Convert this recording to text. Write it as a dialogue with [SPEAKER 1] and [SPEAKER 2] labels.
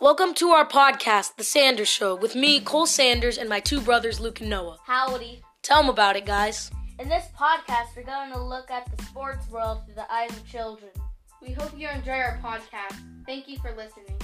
[SPEAKER 1] Welcome to our podcast, The Sanders Show, with me, Cole Sanders, and my two brothers, Luke and Noah.
[SPEAKER 2] Howdy.
[SPEAKER 1] Tell them about it, guys.
[SPEAKER 2] In this podcast, we're going to look at the sports world through the eyes of children.
[SPEAKER 3] We hope you enjoy our podcast. Thank you for listening.